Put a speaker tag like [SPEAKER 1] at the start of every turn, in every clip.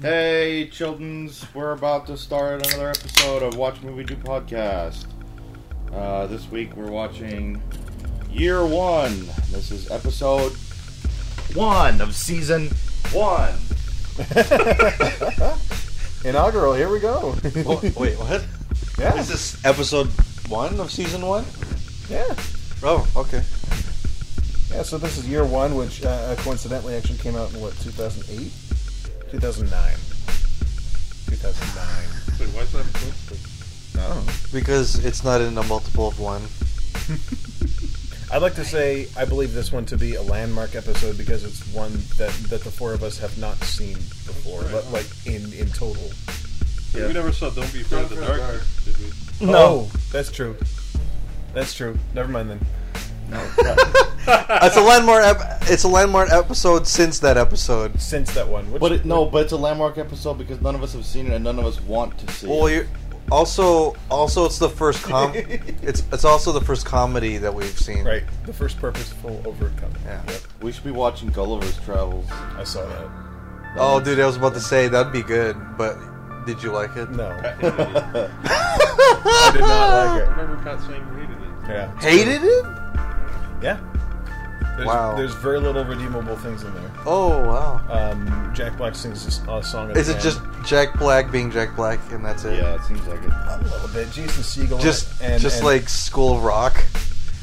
[SPEAKER 1] Hey, childrens, we're about to start another episode of Watch Movie Do Podcast. Uh, this week we're watching Year One. This is episode one of season one.
[SPEAKER 2] Inaugural, here we go.
[SPEAKER 3] Wha- Oh, Wait, what?
[SPEAKER 2] yeah,
[SPEAKER 3] Is this episode one of season one?
[SPEAKER 2] yeah,
[SPEAKER 3] Oh, okay.
[SPEAKER 2] yeah. So this is year one, which uh, coincidentally actually came out in what 2008, 2009, 2009.
[SPEAKER 4] Wait, why is that important?
[SPEAKER 2] I don't know.
[SPEAKER 3] Because it's not in a multiple of one.
[SPEAKER 5] I'd like to say I believe this one to be a landmark episode because it's one that, that the four of us have not seen before,
[SPEAKER 4] Right.
[SPEAKER 5] li- like in, in total.
[SPEAKER 4] We never saw Don't Be Afraid of the Dark, did we?
[SPEAKER 5] No, Oh, that's true. That's true. Never mind then.
[SPEAKER 3] It's a landmark. Ep- it's a landmark episode since that episode.
[SPEAKER 5] Since that one, which
[SPEAKER 1] But it, no, but it's a landmark episode because none of us have seen it and none of us want to see
[SPEAKER 3] Well,
[SPEAKER 1] it.
[SPEAKER 3] you're, also, also it's the first com. it's it's also the first comedy that we've seen.
[SPEAKER 5] right, the first purposeful overcome.
[SPEAKER 3] Yeah.
[SPEAKER 5] Yep,
[SPEAKER 1] We should be watching Gulliver's Travels.
[SPEAKER 5] I saw that.
[SPEAKER 3] Oh, dude, I was about to say that'd be good, but did you like it?
[SPEAKER 5] No, I
[SPEAKER 4] I
[SPEAKER 5] did not
[SPEAKER 3] Ah.
[SPEAKER 5] like it.
[SPEAKER 4] remember Pat saying we hated it.
[SPEAKER 5] Yeah,
[SPEAKER 3] Hated it?
[SPEAKER 5] yeah. There's,
[SPEAKER 3] Wow.
[SPEAKER 5] There's very little redeemable things in there.
[SPEAKER 3] Oh wow.
[SPEAKER 5] Um, Jack Black sings this uh, song. at
[SPEAKER 3] Is
[SPEAKER 5] the
[SPEAKER 3] it
[SPEAKER 5] end.
[SPEAKER 3] just Jack Black being Jack Black and that's it?
[SPEAKER 1] Yeah, it seems like it.
[SPEAKER 5] a little bit? Jason Segel.
[SPEAKER 3] Just
[SPEAKER 5] Oh, and,
[SPEAKER 3] just
[SPEAKER 5] and- Oh.
[SPEAKER 3] like School of Rock.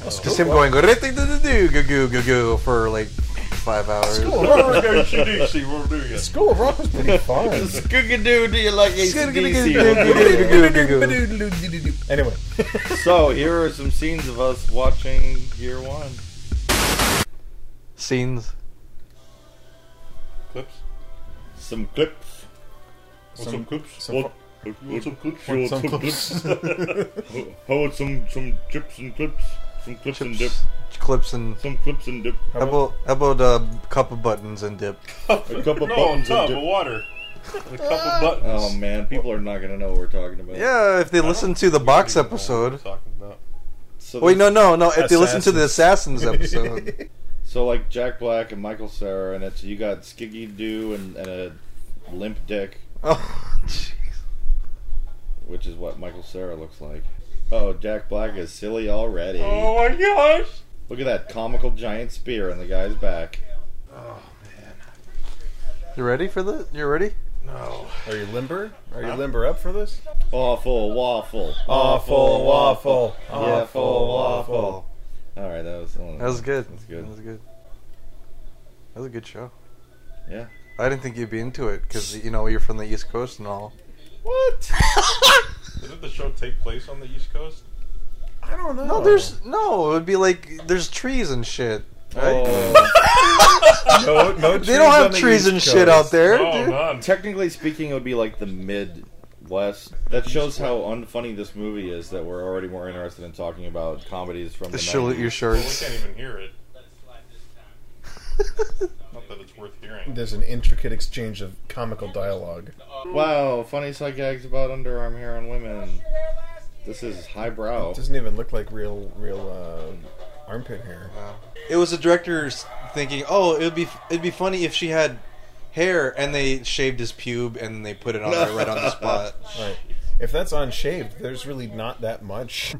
[SPEAKER 3] Just him going "Ri-ti-di-di-do, goo goo goo goo for like five hours.
[SPEAKER 5] School of Rock.
[SPEAKER 4] That's
[SPEAKER 5] School of Rock was pretty fun.
[SPEAKER 1] Skoogadoo, do you like ACDC?
[SPEAKER 5] anyway,
[SPEAKER 1] so, here are some scenes of us watching Year One.
[SPEAKER 3] Scenes.
[SPEAKER 4] Clips?
[SPEAKER 1] Some clips.
[SPEAKER 4] Want
[SPEAKER 5] Some-
[SPEAKER 4] some clips?
[SPEAKER 5] some
[SPEAKER 4] Want you want some clips?
[SPEAKER 5] want
[SPEAKER 4] You want
[SPEAKER 5] some
[SPEAKER 4] some
[SPEAKER 5] clips?
[SPEAKER 4] clips? How about some some chips and clips? Some clips and dip.
[SPEAKER 3] Chips, clips and
[SPEAKER 4] Some clips and dip.
[SPEAKER 3] how about how about uh, cup of buttons and dip?
[SPEAKER 4] A cup of
[SPEAKER 1] No,
[SPEAKER 4] buttons
[SPEAKER 1] tub
[SPEAKER 4] and
[SPEAKER 1] of
[SPEAKER 4] dip. water. A cup of buttons.
[SPEAKER 1] Oh man, people are not gonna know what we're talking about.
[SPEAKER 3] Yeah, if they listen to the box
[SPEAKER 4] We already know what
[SPEAKER 3] episode.
[SPEAKER 4] we're talking about.
[SPEAKER 1] So
[SPEAKER 3] Wait, no,
[SPEAKER 1] this-
[SPEAKER 3] no, no. If they listen to the Assassins episode,
[SPEAKER 1] So like Jack Black and Michael Sarah, and it's you got Skiggy Doo and, and a limp dick,
[SPEAKER 3] oh, jeez.
[SPEAKER 1] which is what Michael Sarah looks like. Oh, Jack Black is silly already.
[SPEAKER 4] Oh my gosh!
[SPEAKER 1] Look at that comical giant spear on the guy's back.
[SPEAKER 3] you ready for this? You ready?
[SPEAKER 4] No.
[SPEAKER 5] are you limber? Are you limber up for this?
[SPEAKER 1] Awful waffle. Yeah, full waffle. All right, that was uh,
[SPEAKER 3] That was good.
[SPEAKER 1] That's good.
[SPEAKER 3] That was good. That was a good show.
[SPEAKER 1] Yeah.
[SPEAKER 3] I didn't think you'd be into it because you know you're from the East Coast and all.
[SPEAKER 1] What?
[SPEAKER 4] Didn't the show take place on the East Coast?
[SPEAKER 5] I don't know.
[SPEAKER 3] No, there's no. It would be like there's trees and shit. Right?
[SPEAKER 1] Oh,
[SPEAKER 5] no, no
[SPEAKER 3] they don't have trees and shit out there.
[SPEAKER 4] Oh,
[SPEAKER 3] dude.
[SPEAKER 4] none.
[SPEAKER 1] technically speaking, it would be like the mid west. That shows how unfunny this movie is. That we're already more interested in talking about comedies from the
[SPEAKER 3] Salute
[SPEAKER 1] 90s.
[SPEAKER 3] your
[SPEAKER 4] Well, we
[SPEAKER 3] shirts.
[SPEAKER 4] can't even hear it. Not that it's worth hearing.
[SPEAKER 5] There's an intricate exchange of comical dialogue.
[SPEAKER 1] Wow, funny side gags about underarm hair on women. This is highbrow.
[SPEAKER 5] It doesn't even look like real, real uh, armpit hair.
[SPEAKER 3] It was the director's thinking, oh, it'd be it'd be funny if she had hair, and they shaved his pube and they put it on there right on the spot.
[SPEAKER 5] Right. If that's unshaved, there's really not that much.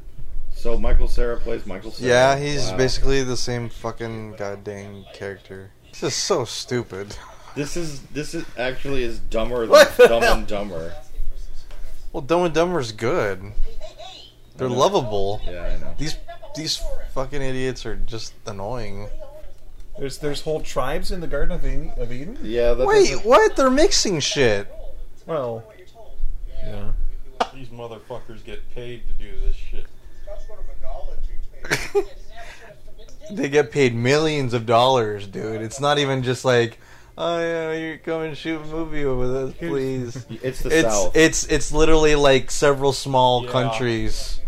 [SPEAKER 1] So Michael Sarah plays Michael Sarah.
[SPEAKER 3] Yeah, he's
[SPEAKER 1] Wow.
[SPEAKER 3] basically the same fucking goddamn character. This is so stupid.
[SPEAKER 1] This is this is actually is dumber than
[SPEAKER 3] What the
[SPEAKER 1] Dumb
[SPEAKER 3] hell?
[SPEAKER 1] and Dumber.
[SPEAKER 3] Well, Dumb and Dumber's good. They're lovable.
[SPEAKER 1] Yeah, I know.
[SPEAKER 3] These these fucking idiots are just annoying.
[SPEAKER 5] There's there's whole tribes in the Garden of Eden. Of Eden?
[SPEAKER 1] Yeah, that
[SPEAKER 3] Wait,
[SPEAKER 1] doesn't-
[SPEAKER 3] what? They're mixing shit.
[SPEAKER 5] Well, yeah.
[SPEAKER 4] These motherfuckers get paid to do this shit.
[SPEAKER 3] They get paid millions of dollars, dude. It's not even just like, oh yeah, you come and shoot a movie with us, please.
[SPEAKER 1] It's the
[SPEAKER 3] it's
[SPEAKER 1] South.
[SPEAKER 3] it's it's literally like several small
[SPEAKER 4] Yeah.
[SPEAKER 3] countries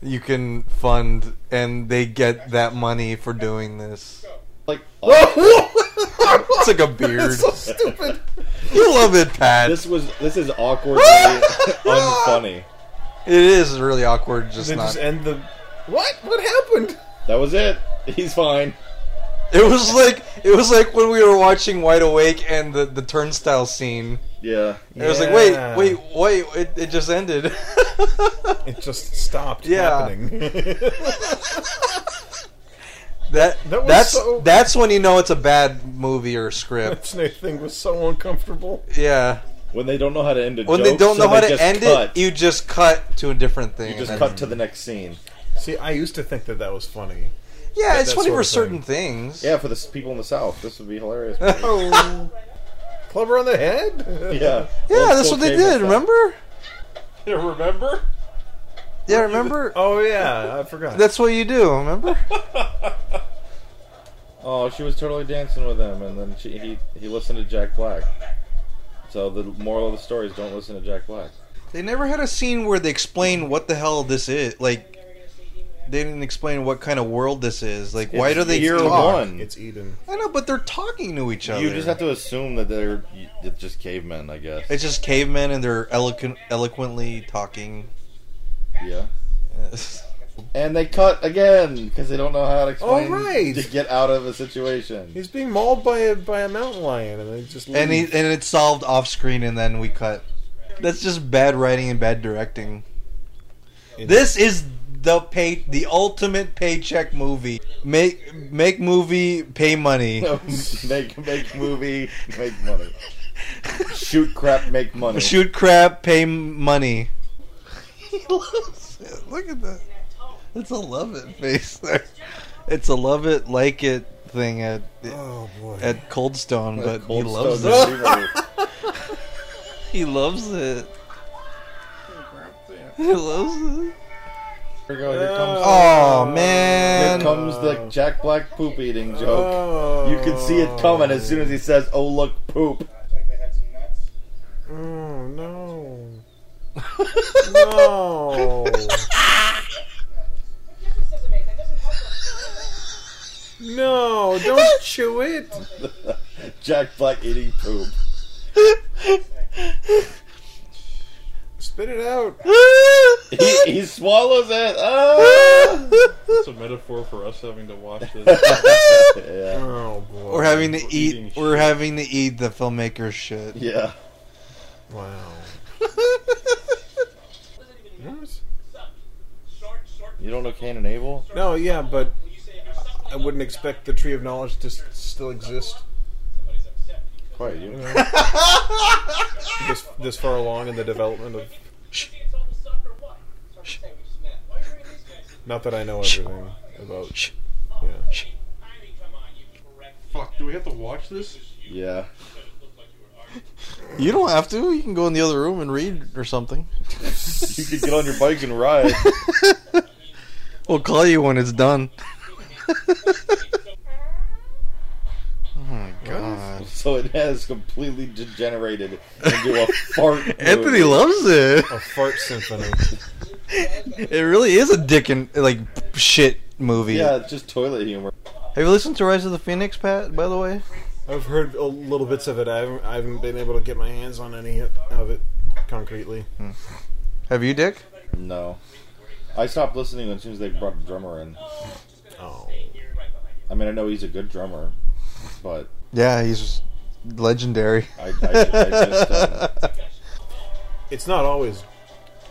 [SPEAKER 3] you can fund, and they get that money for doing this.
[SPEAKER 1] like uh,
[SPEAKER 3] it's like a beard.
[SPEAKER 5] stupid.
[SPEAKER 3] you love it, Pat.
[SPEAKER 1] this was this is awkwardly unfunny.
[SPEAKER 3] It is really awkward, just
[SPEAKER 5] They
[SPEAKER 3] not.
[SPEAKER 5] just end the. What? What happened?
[SPEAKER 1] That was it. He's fine.
[SPEAKER 3] It was like it was like when we were watching Wide Awake and the, the turnstile scene.
[SPEAKER 1] Yeah.
[SPEAKER 3] And It was like,
[SPEAKER 5] Yeah.
[SPEAKER 3] wait, wait, wait! It, it just ended.
[SPEAKER 5] It just stopped
[SPEAKER 3] Yeah.
[SPEAKER 5] happening.
[SPEAKER 3] that
[SPEAKER 5] That was
[SPEAKER 3] that's
[SPEAKER 5] so-
[SPEAKER 3] that's when you know it's a bad movie or script.
[SPEAKER 5] that snake thing was so uncomfortable.
[SPEAKER 3] Yeah,
[SPEAKER 1] When they don't know how to end a
[SPEAKER 3] when
[SPEAKER 1] joke,
[SPEAKER 3] they don't
[SPEAKER 1] so
[SPEAKER 3] know how to
[SPEAKER 1] just
[SPEAKER 3] end
[SPEAKER 1] cut.
[SPEAKER 3] it, you just cut to a different thing.
[SPEAKER 1] You just
[SPEAKER 3] and
[SPEAKER 1] cut to the next scene.
[SPEAKER 5] See, I used to think that that was funny.
[SPEAKER 3] then- Yeah, it's
[SPEAKER 5] that
[SPEAKER 3] funny
[SPEAKER 5] sort
[SPEAKER 3] for
[SPEAKER 5] of
[SPEAKER 3] certain things.
[SPEAKER 1] Yeah, for the s- people in the South, this would be hilarious.
[SPEAKER 5] Oh, clever on the head.
[SPEAKER 1] yeah.
[SPEAKER 3] yeah, that's what they did. Remember?
[SPEAKER 1] Remember?
[SPEAKER 3] Yeah, remember?
[SPEAKER 5] Oh yeah, I forgot.
[SPEAKER 3] That's what you do. Remember?
[SPEAKER 1] Oh, she was totally dancing with him, and then she, he he listened to Jack Black. So the moral of the story is don't listen to Jack Black.
[SPEAKER 3] They never had a scene where they explain what the hell this is. Like, they didn't explain what kind of world this is. Like, why
[SPEAKER 1] It's
[SPEAKER 3] do they
[SPEAKER 1] year
[SPEAKER 3] talk?
[SPEAKER 1] one.
[SPEAKER 5] It's Eden.
[SPEAKER 3] I know, but they're talking to each other.
[SPEAKER 1] You just have to assume that they're y- it's just cavemen, I guess.
[SPEAKER 3] It's just cavemen, and they're eloquent, eloquently talking.
[SPEAKER 1] Yeah. And they cut again because they don't know how to explain
[SPEAKER 5] right.
[SPEAKER 1] to get out of a situation.
[SPEAKER 5] He's being mauled by a by a mountain lion, and they just
[SPEAKER 3] and he,
[SPEAKER 5] leave.
[SPEAKER 3] and it's solved off screen, and then we cut. That's just bad writing and bad directing.
[SPEAKER 5] It-
[SPEAKER 3] This is the pay, the ultimate paycheck movie. Make make movie, pay money.
[SPEAKER 1] make make movie, make money. Shoot crap, make money.
[SPEAKER 3] Shoot crap, pay m- money. he loves it. Look at that. It's a love it face there. It's a love it, like it thing at
[SPEAKER 5] oh boy.
[SPEAKER 3] at Coldstone, but
[SPEAKER 1] Cold
[SPEAKER 3] he loves
[SPEAKER 1] Stone
[SPEAKER 3] it.
[SPEAKER 1] Delivery.
[SPEAKER 3] He loves it. He loves
[SPEAKER 1] Here
[SPEAKER 3] it.
[SPEAKER 1] we go, here comes-
[SPEAKER 3] Oh
[SPEAKER 1] Here
[SPEAKER 3] man.
[SPEAKER 1] comes the Jack Black poop eating joke.
[SPEAKER 5] Oh.
[SPEAKER 1] You can see it coming as soon as he says, "Oh look, poop."
[SPEAKER 5] Oh no. No. No, don't chew it.
[SPEAKER 1] Jack Black eating poop.
[SPEAKER 5] Spit it out.
[SPEAKER 1] He, he swallows it. Ah!
[SPEAKER 4] It's a metaphor for us having to watch this.
[SPEAKER 1] yeah,
[SPEAKER 5] Oh boy.
[SPEAKER 3] We're having to
[SPEAKER 4] We're eating
[SPEAKER 3] eat. We're
[SPEAKER 4] shit.
[SPEAKER 3] having to eat the filmmaker's shit.
[SPEAKER 1] yeah.
[SPEAKER 5] Wow. What?
[SPEAKER 1] You don't know Cain and Abel?
[SPEAKER 5] No, yeah, but I wouldn't expect the tree of knowledge to s- still exist
[SPEAKER 1] Quite. You
[SPEAKER 5] this this far along in the development of. Not that I know everything about. Yeah.
[SPEAKER 4] Fuck, do we have to watch this?
[SPEAKER 1] yeah.
[SPEAKER 3] You don't have to. You can go in the other room and read or something.
[SPEAKER 1] You could get on your bike and ride.
[SPEAKER 3] We'll call you when it's done. oh my god.
[SPEAKER 1] so it has completely degenerated into a fart. movie.
[SPEAKER 3] Anthony loves it.
[SPEAKER 5] A fart symphony.
[SPEAKER 3] It really is a dick and like shit movie.
[SPEAKER 1] Yeah, it's just toilet humor.
[SPEAKER 3] Have you listened to Rise of the Phoenix, Pat? By the way,
[SPEAKER 5] I've heard a little bits of it. I haven't, I haven't been able to get my hands on any of it concretely.
[SPEAKER 3] have you, Dick?
[SPEAKER 1] No. I stopped listening as soon as they brought a drummer in.
[SPEAKER 5] Oh.
[SPEAKER 1] I mean, I know he's a good drummer, but
[SPEAKER 3] Yeah, he's legendary.
[SPEAKER 1] I, I, I just. Um,
[SPEAKER 5] It's not always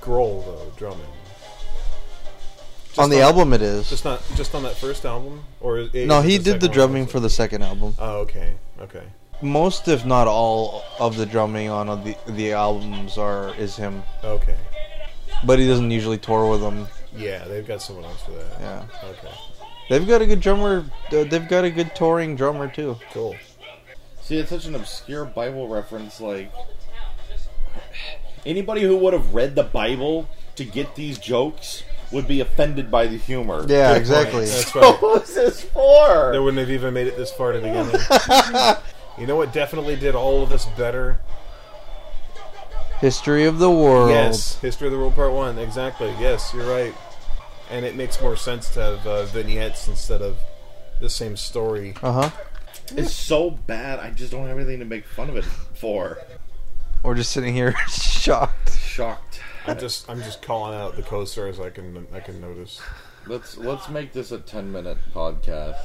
[SPEAKER 5] Grohl though drumming. Just
[SPEAKER 3] on the album, it is.
[SPEAKER 5] just not just on that first album, or is-
[SPEAKER 3] no,
[SPEAKER 5] is it
[SPEAKER 3] he did the
[SPEAKER 5] second one
[SPEAKER 3] drumming
[SPEAKER 5] also?
[SPEAKER 3] for the second album.
[SPEAKER 5] Oh, okay, okay.
[SPEAKER 3] Most, if not all, of the drumming on the the albums are is him,
[SPEAKER 5] Okay.
[SPEAKER 3] but he doesn't usually tour with them.
[SPEAKER 5] Yeah, they've got someone else for that.
[SPEAKER 3] Yeah,
[SPEAKER 5] Okay.
[SPEAKER 3] they've got a good drummer. uh, They've got a good touring drummer too.
[SPEAKER 5] Cool.
[SPEAKER 1] See, it's such an obscure Bible reference. Like, anybody who would have read the Bible to get these jokes would be offended by the humor.
[SPEAKER 3] Yeah, exactly.
[SPEAKER 5] That's
[SPEAKER 1] What
[SPEAKER 5] right.
[SPEAKER 1] was this for?
[SPEAKER 5] They wouldn't have even made it this far to begin with. you know what definitely did all of this better?
[SPEAKER 3] History of the world.
[SPEAKER 5] Yes, History of the World Part One. Exactly. Yes, you're right. And it makes more sense to have uh, vignettes instead of the same story.
[SPEAKER 3] Uh huh.
[SPEAKER 1] it's so bad. I just don't have anything to make fun of it for.
[SPEAKER 3] We're just sitting here shocked.
[SPEAKER 1] Shocked.
[SPEAKER 5] I'm just I'm just calling out the co-stars I can I can notice.
[SPEAKER 1] Let's let's make this a ten minute podcast.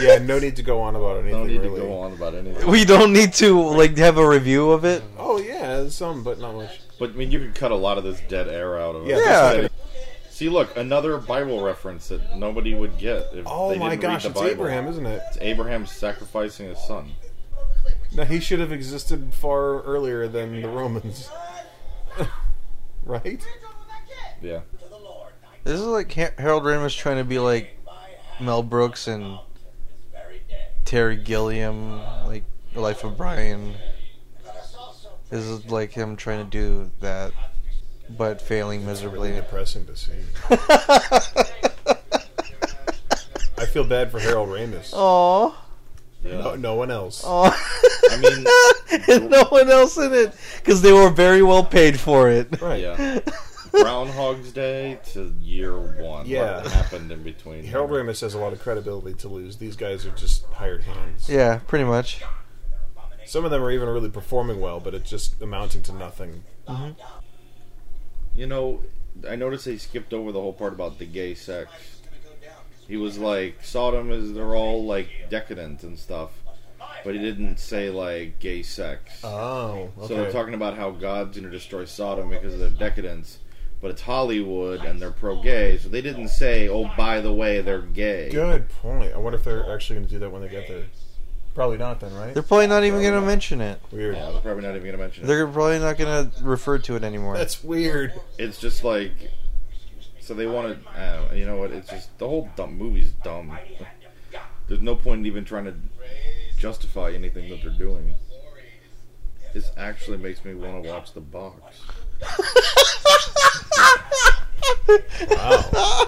[SPEAKER 5] yeah, no need to go on about anything.
[SPEAKER 1] No need
[SPEAKER 5] really.
[SPEAKER 1] to go on about anything.
[SPEAKER 3] we don't need to like have a review of it.
[SPEAKER 5] Oh yeah, some, but not much.
[SPEAKER 1] But I mean, you could cut a lot of this dead air out of it.
[SPEAKER 5] Yeah.
[SPEAKER 3] Yeah.
[SPEAKER 1] See, look, another Bible reference that nobody would get if
[SPEAKER 5] Oh
[SPEAKER 1] they
[SPEAKER 5] my
[SPEAKER 1] didn't
[SPEAKER 5] gosh,
[SPEAKER 1] read
[SPEAKER 5] it's
[SPEAKER 1] the Bible.
[SPEAKER 5] Abraham, isn't it?
[SPEAKER 1] It's Abraham sacrificing his son.
[SPEAKER 5] Now he should have existed far earlier than the Romans, right?
[SPEAKER 1] Yeah.
[SPEAKER 3] This is like Ha- Harold Ramis trying to be like Mel Brooks and Terry Gilliam, like The Life of Brian. This is like him trying to do that, but failing
[SPEAKER 5] Really
[SPEAKER 3] miserably.
[SPEAKER 5] depressing to see. I feel bad for Harold Ramis.
[SPEAKER 3] Aww.
[SPEAKER 1] Yeah.
[SPEAKER 5] No, no one else.
[SPEAKER 3] Oh.
[SPEAKER 1] I mean,
[SPEAKER 3] and no one else in it because they were very well paid for it.
[SPEAKER 5] Right.
[SPEAKER 1] yeah. Groundhog's Day to year one.
[SPEAKER 5] Yeah.
[SPEAKER 1] What happened in between?
[SPEAKER 5] Harold
[SPEAKER 1] there?
[SPEAKER 5] Ramis has a lot of credibility to lose. These guys are just hired hands.
[SPEAKER 3] Yeah, pretty much.
[SPEAKER 5] Some of them are even really performing well, but it's just amounting to nothing.
[SPEAKER 1] You know, I noticed they skipped over the whole part about the gay sex. He was like, Sodom is, they're all like decadent and stuff. But he didn't say like gay sex.
[SPEAKER 5] Oh,
[SPEAKER 1] So they're talking about how God's going to destroy Sodom because of their decadence. But it's Hollywood and they're pro gay. So they didn't say, oh, by the way, they're gay.
[SPEAKER 5] Good point. I wonder if they're actually going to do that when they get there. Probably not, then, right?
[SPEAKER 3] They're probably not even going to mention it.
[SPEAKER 5] Weird.
[SPEAKER 1] Yeah, they're probably not even going to mention it.
[SPEAKER 3] They're probably not going to refer to it anymore.
[SPEAKER 5] That's weird.
[SPEAKER 1] it's just like so they want to I don't know, you know what it's just the whole dumb movie's dumb there's no point in even trying to justify anything that they're doing this actually makes me want to watch the box
[SPEAKER 5] Wow.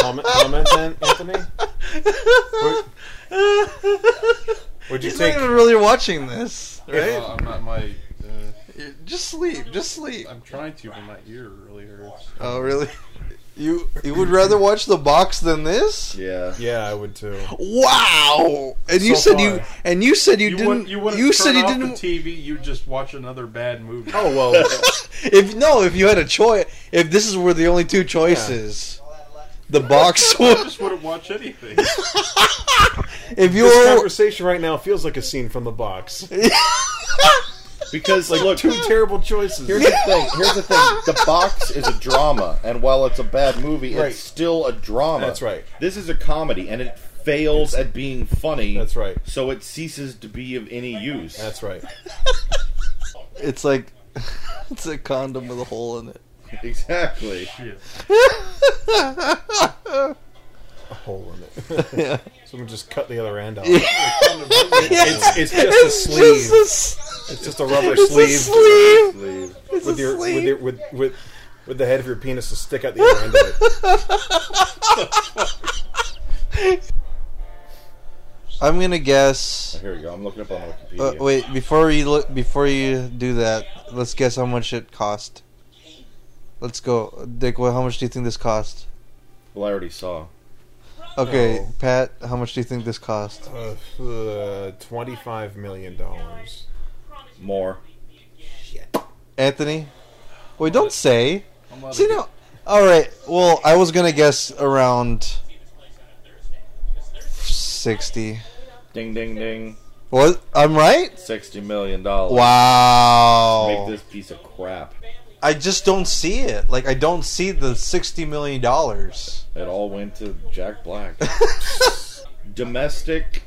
[SPEAKER 5] comment, comment then, Anthony? Would, would you
[SPEAKER 3] He's
[SPEAKER 5] take.
[SPEAKER 3] not even really watching this, right?
[SPEAKER 6] Uh, I'm not my. Uh,
[SPEAKER 3] Just sleep. Just sleep.
[SPEAKER 6] I'm trying to, but my ear really hurts.
[SPEAKER 3] Oh, really? You you would rather watch the box than this?
[SPEAKER 1] yeah
[SPEAKER 5] Yeah, I would too.
[SPEAKER 3] Wow! And you
[SPEAKER 5] So
[SPEAKER 3] said you
[SPEAKER 5] far.
[SPEAKER 3] and you said you,
[SPEAKER 6] You
[SPEAKER 3] didn't.
[SPEAKER 6] wouldn't. You wouldn't turn
[SPEAKER 3] said you
[SPEAKER 6] off
[SPEAKER 3] didn't.
[SPEAKER 6] the TV. You just watch another bad movie.
[SPEAKER 5] Oh, well.
[SPEAKER 3] if no, if you had a choice, if this is were the only two choices, the box
[SPEAKER 6] I
[SPEAKER 3] would.
[SPEAKER 6] just wouldn't watch anything.
[SPEAKER 3] If you
[SPEAKER 5] This
[SPEAKER 3] were
[SPEAKER 5] conversation right now feels like a scene from the box.
[SPEAKER 1] because like look
[SPEAKER 5] Two terrible choices.
[SPEAKER 1] here's the thing here's the thing the box is a drama and while it's a bad movie
[SPEAKER 5] Right.
[SPEAKER 1] it's still a drama
[SPEAKER 5] That's right.
[SPEAKER 1] this is a comedy and it fails at being funny
[SPEAKER 5] That's right.
[SPEAKER 1] so it ceases to be of any use
[SPEAKER 5] That's right.
[SPEAKER 3] It's like it's a condom with a hole in it.
[SPEAKER 1] exactly
[SPEAKER 6] Shit.
[SPEAKER 5] A hole in it.
[SPEAKER 3] Yeah.
[SPEAKER 5] Someone just cut the other end off.
[SPEAKER 3] It's,
[SPEAKER 5] It's, it's just a sleeve.
[SPEAKER 3] Just
[SPEAKER 5] it's just a rubber
[SPEAKER 3] a,
[SPEAKER 5] sleeve.
[SPEAKER 3] sleeve. It's a sleeve.
[SPEAKER 1] Leave.
[SPEAKER 3] It's
[SPEAKER 5] with
[SPEAKER 3] a
[SPEAKER 5] your
[SPEAKER 3] sleeve.
[SPEAKER 5] with your with with with the head of your penis to stick out the other end of it.
[SPEAKER 3] I'm gonna guess.
[SPEAKER 1] here we go i'm looking up on
[SPEAKER 3] Uh,
[SPEAKER 1] wikipedia
[SPEAKER 3] wait, before you look, before you do that, let's guess how much it cost. Let's go, Dick. Well, how much do you think this cost?
[SPEAKER 1] Well, I already saw.
[SPEAKER 3] Okay,
[SPEAKER 5] No.
[SPEAKER 3] Pat, how much do you think this cost?
[SPEAKER 5] Uh, uh, Twenty-five million dollars.
[SPEAKER 1] More.
[SPEAKER 3] Anthony, wait, don't say.
[SPEAKER 6] I'm not
[SPEAKER 3] See
[SPEAKER 6] a-
[SPEAKER 3] no. All right. Well, I was gonna guess around sixty.
[SPEAKER 1] Ding, ding, ding.
[SPEAKER 3] What? I'm right.
[SPEAKER 1] $60 million. Wow.
[SPEAKER 3] Wow.
[SPEAKER 1] Make this piece of crap.
[SPEAKER 3] I just don't see it. Like I don't see the sixty million dollars.
[SPEAKER 1] It all went to Jack Black. Domestic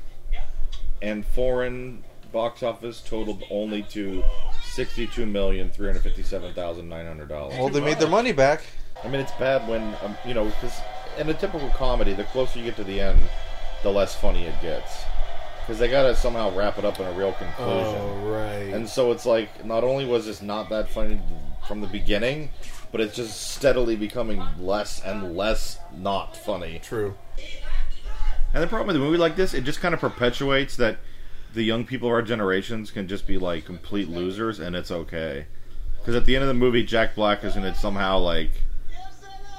[SPEAKER 1] and foreign box office totaled only to
[SPEAKER 3] Well,
[SPEAKER 1] $62,357,900.
[SPEAKER 3] they made their money back.
[SPEAKER 1] I mean, it's bad when, um, you know, because in a typical comedy, the closer you get to the end, the less funny it gets. Because they got to somehow wrap it up in a real conclusion.
[SPEAKER 5] Oh right.
[SPEAKER 1] And so it's like not only was this not that funny from the beginning, but it's just steadily becoming less and less not funny.
[SPEAKER 5] True.
[SPEAKER 1] And the problem with a movie like this, it just kind of perpetuates that the young people of our generations can just be like complete losers, and it's okay. Because at the end of the movie, Jack Black is going to somehow like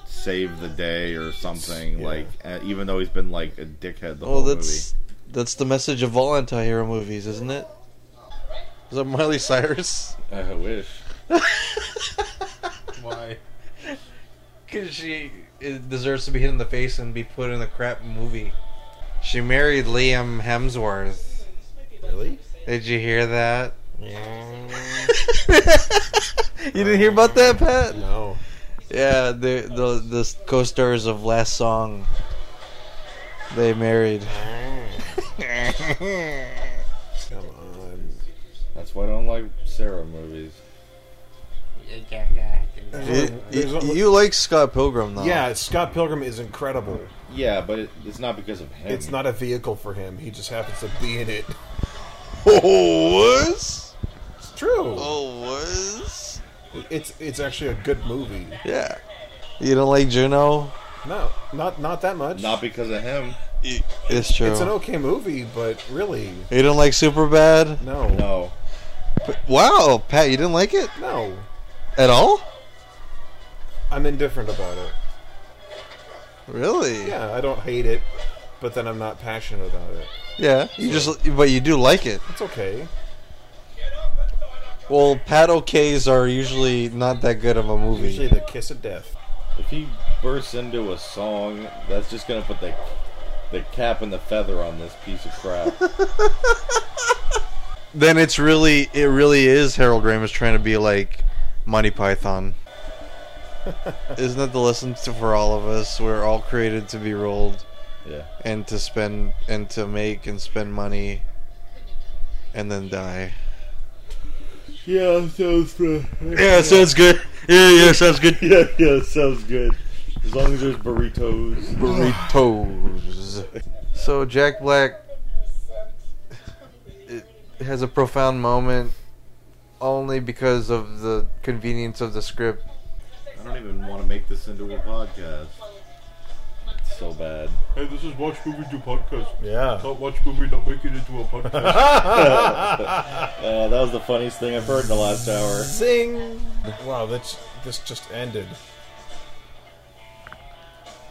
[SPEAKER 1] save the day or something.
[SPEAKER 5] Yeah.
[SPEAKER 1] Like uh, even though he's been like a dickhead the
[SPEAKER 3] Well,
[SPEAKER 1] whole
[SPEAKER 3] that's that's the message of all anti-hero movies, isn't it? Is that Miley Cyrus?
[SPEAKER 1] movie. I wish.
[SPEAKER 6] Why?
[SPEAKER 3] Cause she it deserves to be hit in the face and be put in a crap movie. She married Liam Hemsworth.
[SPEAKER 5] Really?
[SPEAKER 3] Did you hear that? you didn't hear about that, Pat?
[SPEAKER 5] No.
[SPEAKER 3] Yeah, the the the co-stars of Last Song. They married.
[SPEAKER 5] Come on.
[SPEAKER 1] That's why I don't like Sarah movies.
[SPEAKER 3] You, you- you like Scott Pilgrim though?
[SPEAKER 5] Yeah, Scott Pilgrim is incredible.
[SPEAKER 1] Yeah, but it, it's not because of him.
[SPEAKER 5] It's not a vehicle for him. He just happens to be in it.
[SPEAKER 3] Oh, was?
[SPEAKER 5] It's true.
[SPEAKER 3] Oh, was?
[SPEAKER 5] It's it's actually a good movie.
[SPEAKER 3] Yeah. You don't like Juno?
[SPEAKER 5] No, not not that much.
[SPEAKER 1] Not because of him.
[SPEAKER 3] It's true.
[SPEAKER 5] it's an okay movie, but really,
[SPEAKER 3] you don't like Superbad?
[SPEAKER 5] no,
[SPEAKER 1] No.
[SPEAKER 3] Wow, Pat, you didn't like it
[SPEAKER 5] no.
[SPEAKER 3] at all?
[SPEAKER 5] I'm indifferent about it.
[SPEAKER 3] Really?
[SPEAKER 5] Yeah, I don't hate it, but then I'm not passionate about it.
[SPEAKER 3] Yeah. You just, but you do like it.
[SPEAKER 5] It's okay.
[SPEAKER 3] Well, Pat OKs are usually not that good of a movie.
[SPEAKER 5] Usually the kiss of death.
[SPEAKER 1] If he bursts into a song, that's just gonna put the the cap and the feather on this piece of crap.
[SPEAKER 3] then it's really, it really is Harold Ramis trying to be like Monty Python. Isn't that the lesson to, for all of us? We're all created to be rolled.
[SPEAKER 1] yeah.
[SPEAKER 3] and to spend and to make and spend money and then die.
[SPEAKER 1] Yeah, sounds good.
[SPEAKER 3] Yeah, sounds good. Yeah, yeah, sounds good.
[SPEAKER 1] Yeah, yeah, sounds good. As long as there's burritos.
[SPEAKER 3] Burritos. So Jack Black it has a profound moment only because of the convenience of the script.
[SPEAKER 1] I don't even want to make this into a podcast. It's so bad.
[SPEAKER 6] Hey, this is Watch Movie Do Podcast.
[SPEAKER 5] Yeah.
[SPEAKER 6] Not Watch Movie, not make it into a podcast.
[SPEAKER 1] Uh, that was the funniest thing I've heard in the last hour.
[SPEAKER 5] Zing. Wow, that's this just ended.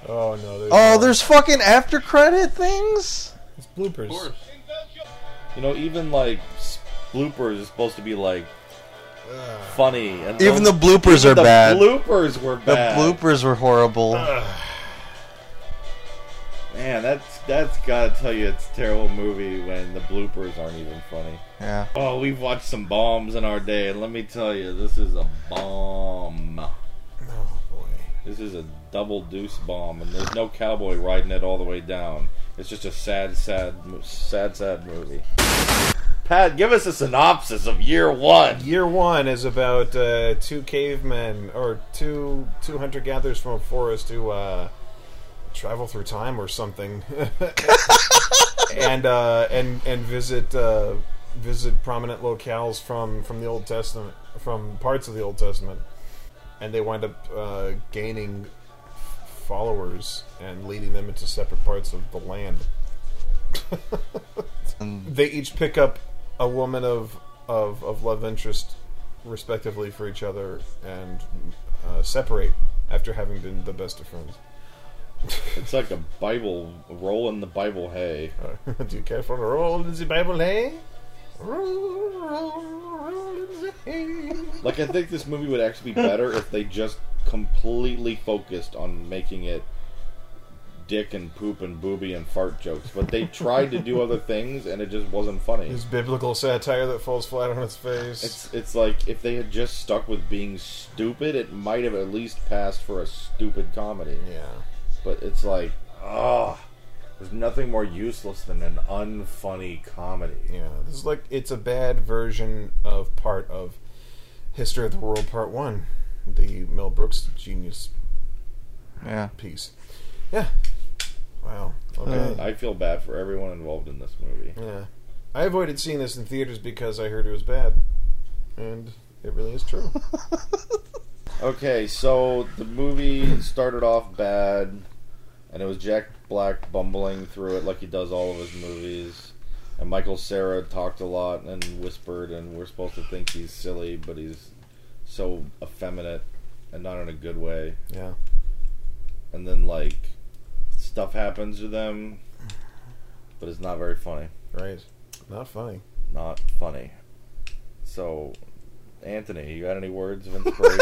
[SPEAKER 5] Oh no. There's
[SPEAKER 3] Oh,
[SPEAKER 5] more.
[SPEAKER 3] there's fucking after credit things.
[SPEAKER 5] It's
[SPEAKER 6] of
[SPEAKER 5] bloopers.
[SPEAKER 6] course.
[SPEAKER 1] You know, even like s- bloopers is supposed to be like funny. And
[SPEAKER 3] Even the bloopers are
[SPEAKER 1] the
[SPEAKER 3] bad.
[SPEAKER 1] bloopers were
[SPEAKER 3] the
[SPEAKER 1] bad.
[SPEAKER 3] bloopers were horrible.
[SPEAKER 1] Man, that's that's gotta tell you it's a terrible movie when the bloopers aren't even funny.
[SPEAKER 3] Yeah.
[SPEAKER 1] Oh, we've watched some bombs in our day, and let me tell you, this is a bomb.
[SPEAKER 5] Oh boy.
[SPEAKER 1] This is a double deuce bomb, and there's no cowboy riding it all the way down. It's just a sad, sad, mo- sad, sad movie. Pat, give us a synopsis of year one.
[SPEAKER 5] Year one is about uh, two cavemen or two two hunter gatherers from a forest who uh, travel through time or something, and uh, and and visit uh, visit prominent locales from from the Old Testament from parts of the Old Testament, and they wind up uh, gaining followers and leading them into separate parts of the land.
[SPEAKER 3] And
[SPEAKER 5] they each pick up a woman of of, of love interest respectively for each other and uh, separate after having been the best of friends
[SPEAKER 1] It's like a Bible roll in the Bible hay.
[SPEAKER 5] Uh, do you care for a roll in the bible eh? hey roll, roll, roll in the hay.
[SPEAKER 1] Like I think this movie would actually be better if they just completely focused on making it dick and poop and booby and fart jokes, but they tried to do other things and it just wasn't funny.
[SPEAKER 5] His biblical satire that falls flat on its face
[SPEAKER 1] It's it's like if they had just stuck with being stupid, it might have at least passed for a stupid comedy.
[SPEAKER 5] yeah
[SPEAKER 1] But it's like, ah, there's nothing more useless than an unfunny comedy.
[SPEAKER 5] yeah this is like it's a bad version of part of history of the world part one the mel brooks genius
[SPEAKER 3] yeah.
[SPEAKER 5] piece. Yeah. Wow. Okay.
[SPEAKER 3] Uh,
[SPEAKER 1] I feel bad for everyone involved in this movie.
[SPEAKER 5] yeah. I avoided seeing this in theaters because I heard it was bad, and it really is true.
[SPEAKER 1] Okay, so the movie started off bad, and it was Jack Black bumbling through it like he does all of his movies. And Michael Sarah talked a lot and whispered, and we're supposed to think he's silly, but he's so effeminate and not in a good way.
[SPEAKER 5] yeah.
[SPEAKER 1] And then, like, stuff happens to them, but it's not very funny.
[SPEAKER 5] Right. Not funny.
[SPEAKER 1] Not funny. So, Anthony, you got any words of inspiration?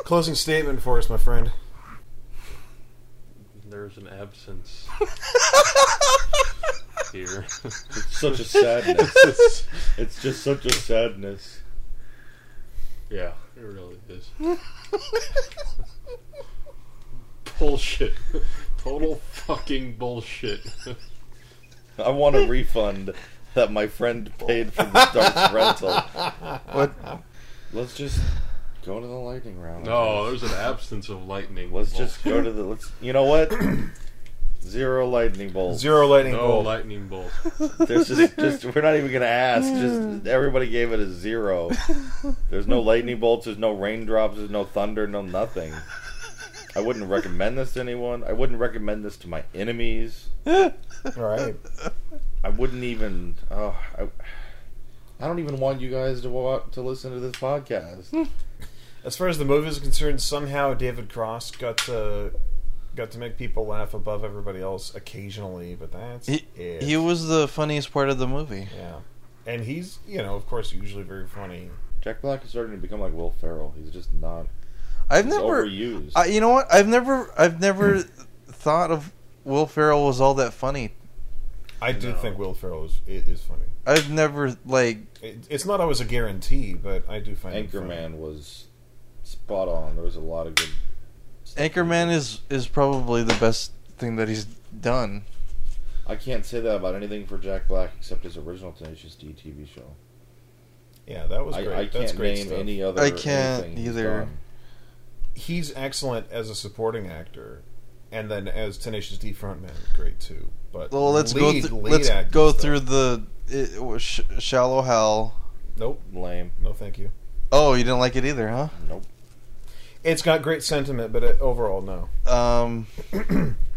[SPEAKER 5] Closing statement for us, my friend.
[SPEAKER 7] There's an absence here.
[SPEAKER 1] It's such a sadness. it's just such a sadness.
[SPEAKER 7] yeah, it really is. bullshit. Total fucking bullshit.
[SPEAKER 1] I want a refund that my friend paid for the Stark's rental.
[SPEAKER 3] What?
[SPEAKER 1] Let's just go to the lightning round.
[SPEAKER 7] no, there's an absence of lightning.
[SPEAKER 1] Let's just
[SPEAKER 7] bolt.
[SPEAKER 1] go to the. Let's. You know what? Zero lightning bolts.
[SPEAKER 2] Zero lightning
[SPEAKER 7] No
[SPEAKER 2] bolt.
[SPEAKER 7] lightning bolt.
[SPEAKER 1] There's just, just we're not even gonna ask. Just everybody gave it a zero. There's no lightning bolts. There's no raindrops. There's no thunder. No nothing. I wouldn't recommend this to anyone. I wouldn't recommend this to my enemies.
[SPEAKER 2] All right.
[SPEAKER 1] I wouldn't even. Oh, I, I don't even want you guys to wa to listen to this
[SPEAKER 3] Hmm.
[SPEAKER 1] podcast.
[SPEAKER 5] As far as the movie is concerned, somehow David Cross got to got to make people laugh above everybody else occasionally, but that's
[SPEAKER 3] He,
[SPEAKER 5] it.
[SPEAKER 3] he was the funniest part of the movie.
[SPEAKER 5] yeah, and he's you know of course usually very funny.
[SPEAKER 1] Jack Black is starting to become like Will Ferrell. He's just not.
[SPEAKER 3] I've
[SPEAKER 1] He's
[SPEAKER 3] never.
[SPEAKER 1] overused.
[SPEAKER 3] I, you know what? I've never. I've never thought of Will Ferrell was all that funny.
[SPEAKER 5] I do think Will Ferrell is i- is funny.
[SPEAKER 3] I've never like.
[SPEAKER 5] It, it's not always a guarantee, but I do find him funny.
[SPEAKER 1] Anchorman was spot on. There was a lot of good.
[SPEAKER 3] Anchorman is is probably the best thing that he's done.
[SPEAKER 1] I can't say that about anything for Jack Black except his original Tenacious D TV show.
[SPEAKER 5] Yeah, that was
[SPEAKER 1] I,
[SPEAKER 5] great.
[SPEAKER 1] I
[SPEAKER 5] that's
[SPEAKER 1] can't
[SPEAKER 5] great
[SPEAKER 1] name
[SPEAKER 5] stuff.
[SPEAKER 1] any other.
[SPEAKER 3] I can't
[SPEAKER 1] anything he's
[SPEAKER 3] either.
[SPEAKER 1] done.
[SPEAKER 5] He's excellent as a supporting actor, and then as Tenacious D frontman, great too. But
[SPEAKER 3] Well, let's
[SPEAKER 5] lead,
[SPEAKER 3] go. Th-
[SPEAKER 5] lead
[SPEAKER 3] let's
[SPEAKER 5] acting
[SPEAKER 3] go
[SPEAKER 5] stuff,
[SPEAKER 3] through the it, was sh- shallow hell.
[SPEAKER 5] Nope,
[SPEAKER 1] Lame.
[SPEAKER 5] no, thank you.
[SPEAKER 3] Oh, you didn't like it either, huh?
[SPEAKER 1] Nope.
[SPEAKER 5] It's got great sentiment, but it, overall, no.
[SPEAKER 3] Um,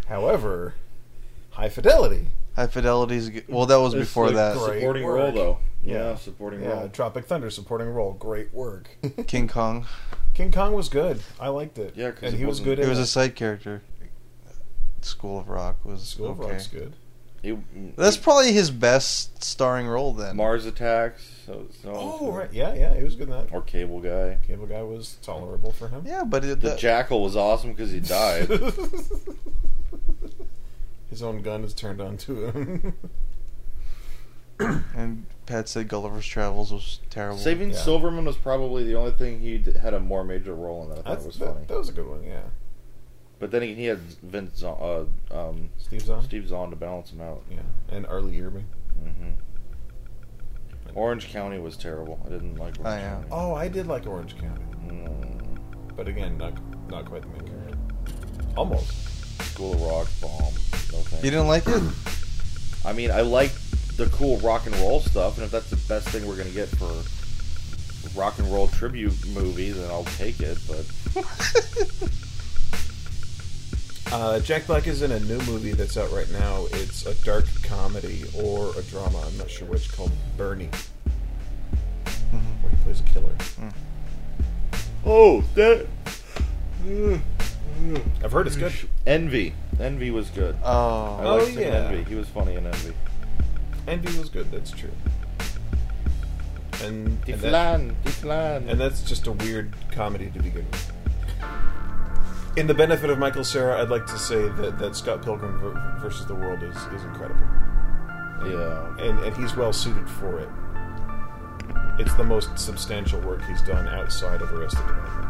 [SPEAKER 5] However, High Fidelity,
[SPEAKER 3] High Fidelity's. g- Well, that was
[SPEAKER 1] This
[SPEAKER 3] before
[SPEAKER 1] is
[SPEAKER 3] that.
[SPEAKER 5] great
[SPEAKER 1] Supporting
[SPEAKER 5] work.
[SPEAKER 1] role though. Yeah,
[SPEAKER 5] Yeah.
[SPEAKER 1] supporting
[SPEAKER 5] yeah,
[SPEAKER 1] role.
[SPEAKER 5] Tropic Thunder supporting role, great work.
[SPEAKER 3] King Kong.
[SPEAKER 5] King Kong was good. I liked it.
[SPEAKER 1] Yeah, 'cause
[SPEAKER 5] and
[SPEAKER 1] it
[SPEAKER 5] he was
[SPEAKER 1] wasn't-
[SPEAKER 5] good.
[SPEAKER 3] It
[SPEAKER 5] in
[SPEAKER 3] was a side character. School of Rock was
[SPEAKER 5] School of
[SPEAKER 3] okay.
[SPEAKER 5] Rock's good.
[SPEAKER 1] It-
[SPEAKER 3] That's
[SPEAKER 1] it-
[SPEAKER 3] probably his best starring role then.
[SPEAKER 1] Mars Attacks. So, so
[SPEAKER 5] Oh right, yeah, yeah, he was good in that.
[SPEAKER 1] Or Cable Guy.
[SPEAKER 5] Cable Guy was tolerable for him.
[SPEAKER 3] yeah, but it,
[SPEAKER 1] The
[SPEAKER 3] that-
[SPEAKER 1] Jackal was awesome because he died.
[SPEAKER 5] His own gun is turned on to him.
[SPEAKER 3] and Pat said Gulliver's Travels was terrible.
[SPEAKER 1] Saving
[SPEAKER 5] Yeah.
[SPEAKER 1] Silverman was probably the only thing he d- had a more major role in that I thought
[SPEAKER 5] That's,
[SPEAKER 1] was
[SPEAKER 5] that,
[SPEAKER 1] funny.
[SPEAKER 5] that was a good one, yeah.
[SPEAKER 1] But then he, he had Vince Zon, uh, um,
[SPEAKER 5] Steve Zahn.
[SPEAKER 1] Steve Zahn to balance him out.
[SPEAKER 5] Yeah, and Arlie Irving.
[SPEAKER 1] hmm Orange County was terrible. I didn't like Orange
[SPEAKER 3] Oh, yeah.
[SPEAKER 1] County.
[SPEAKER 5] Oh, I did like Orange County,
[SPEAKER 1] Mm,
[SPEAKER 5] but again, not not quite the main character. Almost.
[SPEAKER 1] School of Rock bomb. No thanks.
[SPEAKER 3] You didn't like it?
[SPEAKER 1] I mean, I like the cool rock and roll stuff, and if that's the best thing we're gonna get for rock and roll tribute movie, then I'll take it. But
[SPEAKER 5] Uh, Jack Black is in a new movie that's out right now. It's a dark comedy or a drama. I'm not sure which. Called Bernie, where he plays a killer.
[SPEAKER 1] oh, that
[SPEAKER 5] I've heard it's good.
[SPEAKER 1] Envy. Envy was good. I
[SPEAKER 3] Oh,
[SPEAKER 5] Oh,
[SPEAKER 1] liked him in
[SPEAKER 5] yeah.
[SPEAKER 1] Envy. He was funny in Envy.
[SPEAKER 5] Envy was good. That's true. And and, that-
[SPEAKER 1] Tiflan, Tiflan.
[SPEAKER 5] and that's just a weird comedy to begin with. In the benefit of Michael Sarah, I'd like to say that, that Scott Pilgrim v- versus the World is, is incredible.
[SPEAKER 1] yeah.
[SPEAKER 5] and, and he's well suited for it. It's the most substantial work he's done outside of Arrested Development.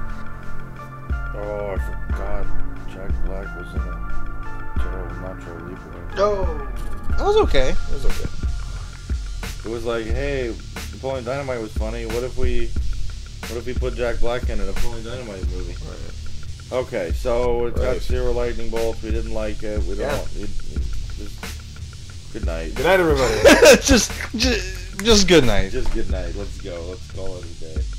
[SPEAKER 1] Oh, I forgot. Jack Black was in a terrible Nacho Libre.
[SPEAKER 3] that was okay.
[SPEAKER 5] It was okay.
[SPEAKER 1] It was like, hey, Napoleon Dynamite was funny. What if we, what if we put Jack Black in a Napoleon Dynamite movie? Okay, so it's got
[SPEAKER 5] Right.
[SPEAKER 1] zero lightning bolts. We didn't like it. We don't.
[SPEAKER 5] Yeah.
[SPEAKER 1] It, it, just, good night.
[SPEAKER 5] Good night, everybody.
[SPEAKER 3] just, just, just good night.
[SPEAKER 1] Just good night. Let's go. Let's call it a day.